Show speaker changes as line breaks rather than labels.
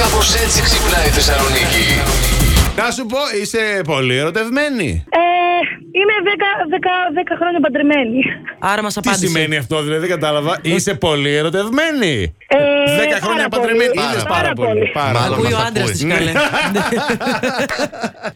Κάπως έτσι ξυπνάει η Θεσσαλονίκη.
Να σου πω, είσαι πολύ ερωτευμένη.
Ε, είμαι 10, 10, 10 χρόνια παντρεμένη.
Άρα μας
Τι
απάντησε.
σημαίνει αυτό, δηλαδή, δεν κατάλαβα. Είσαι πολύ ερωτευμένη.
Ε,
Δέκα χρόνια
πάρα πολύ.
παντρεμένη.
Πάρα
Είδες πάρα
πολύ.
πολύ. Πάρα
Μ'
πολύ.
Ακούει ο
μας
άντρα
ακούει.
τη, καλέ.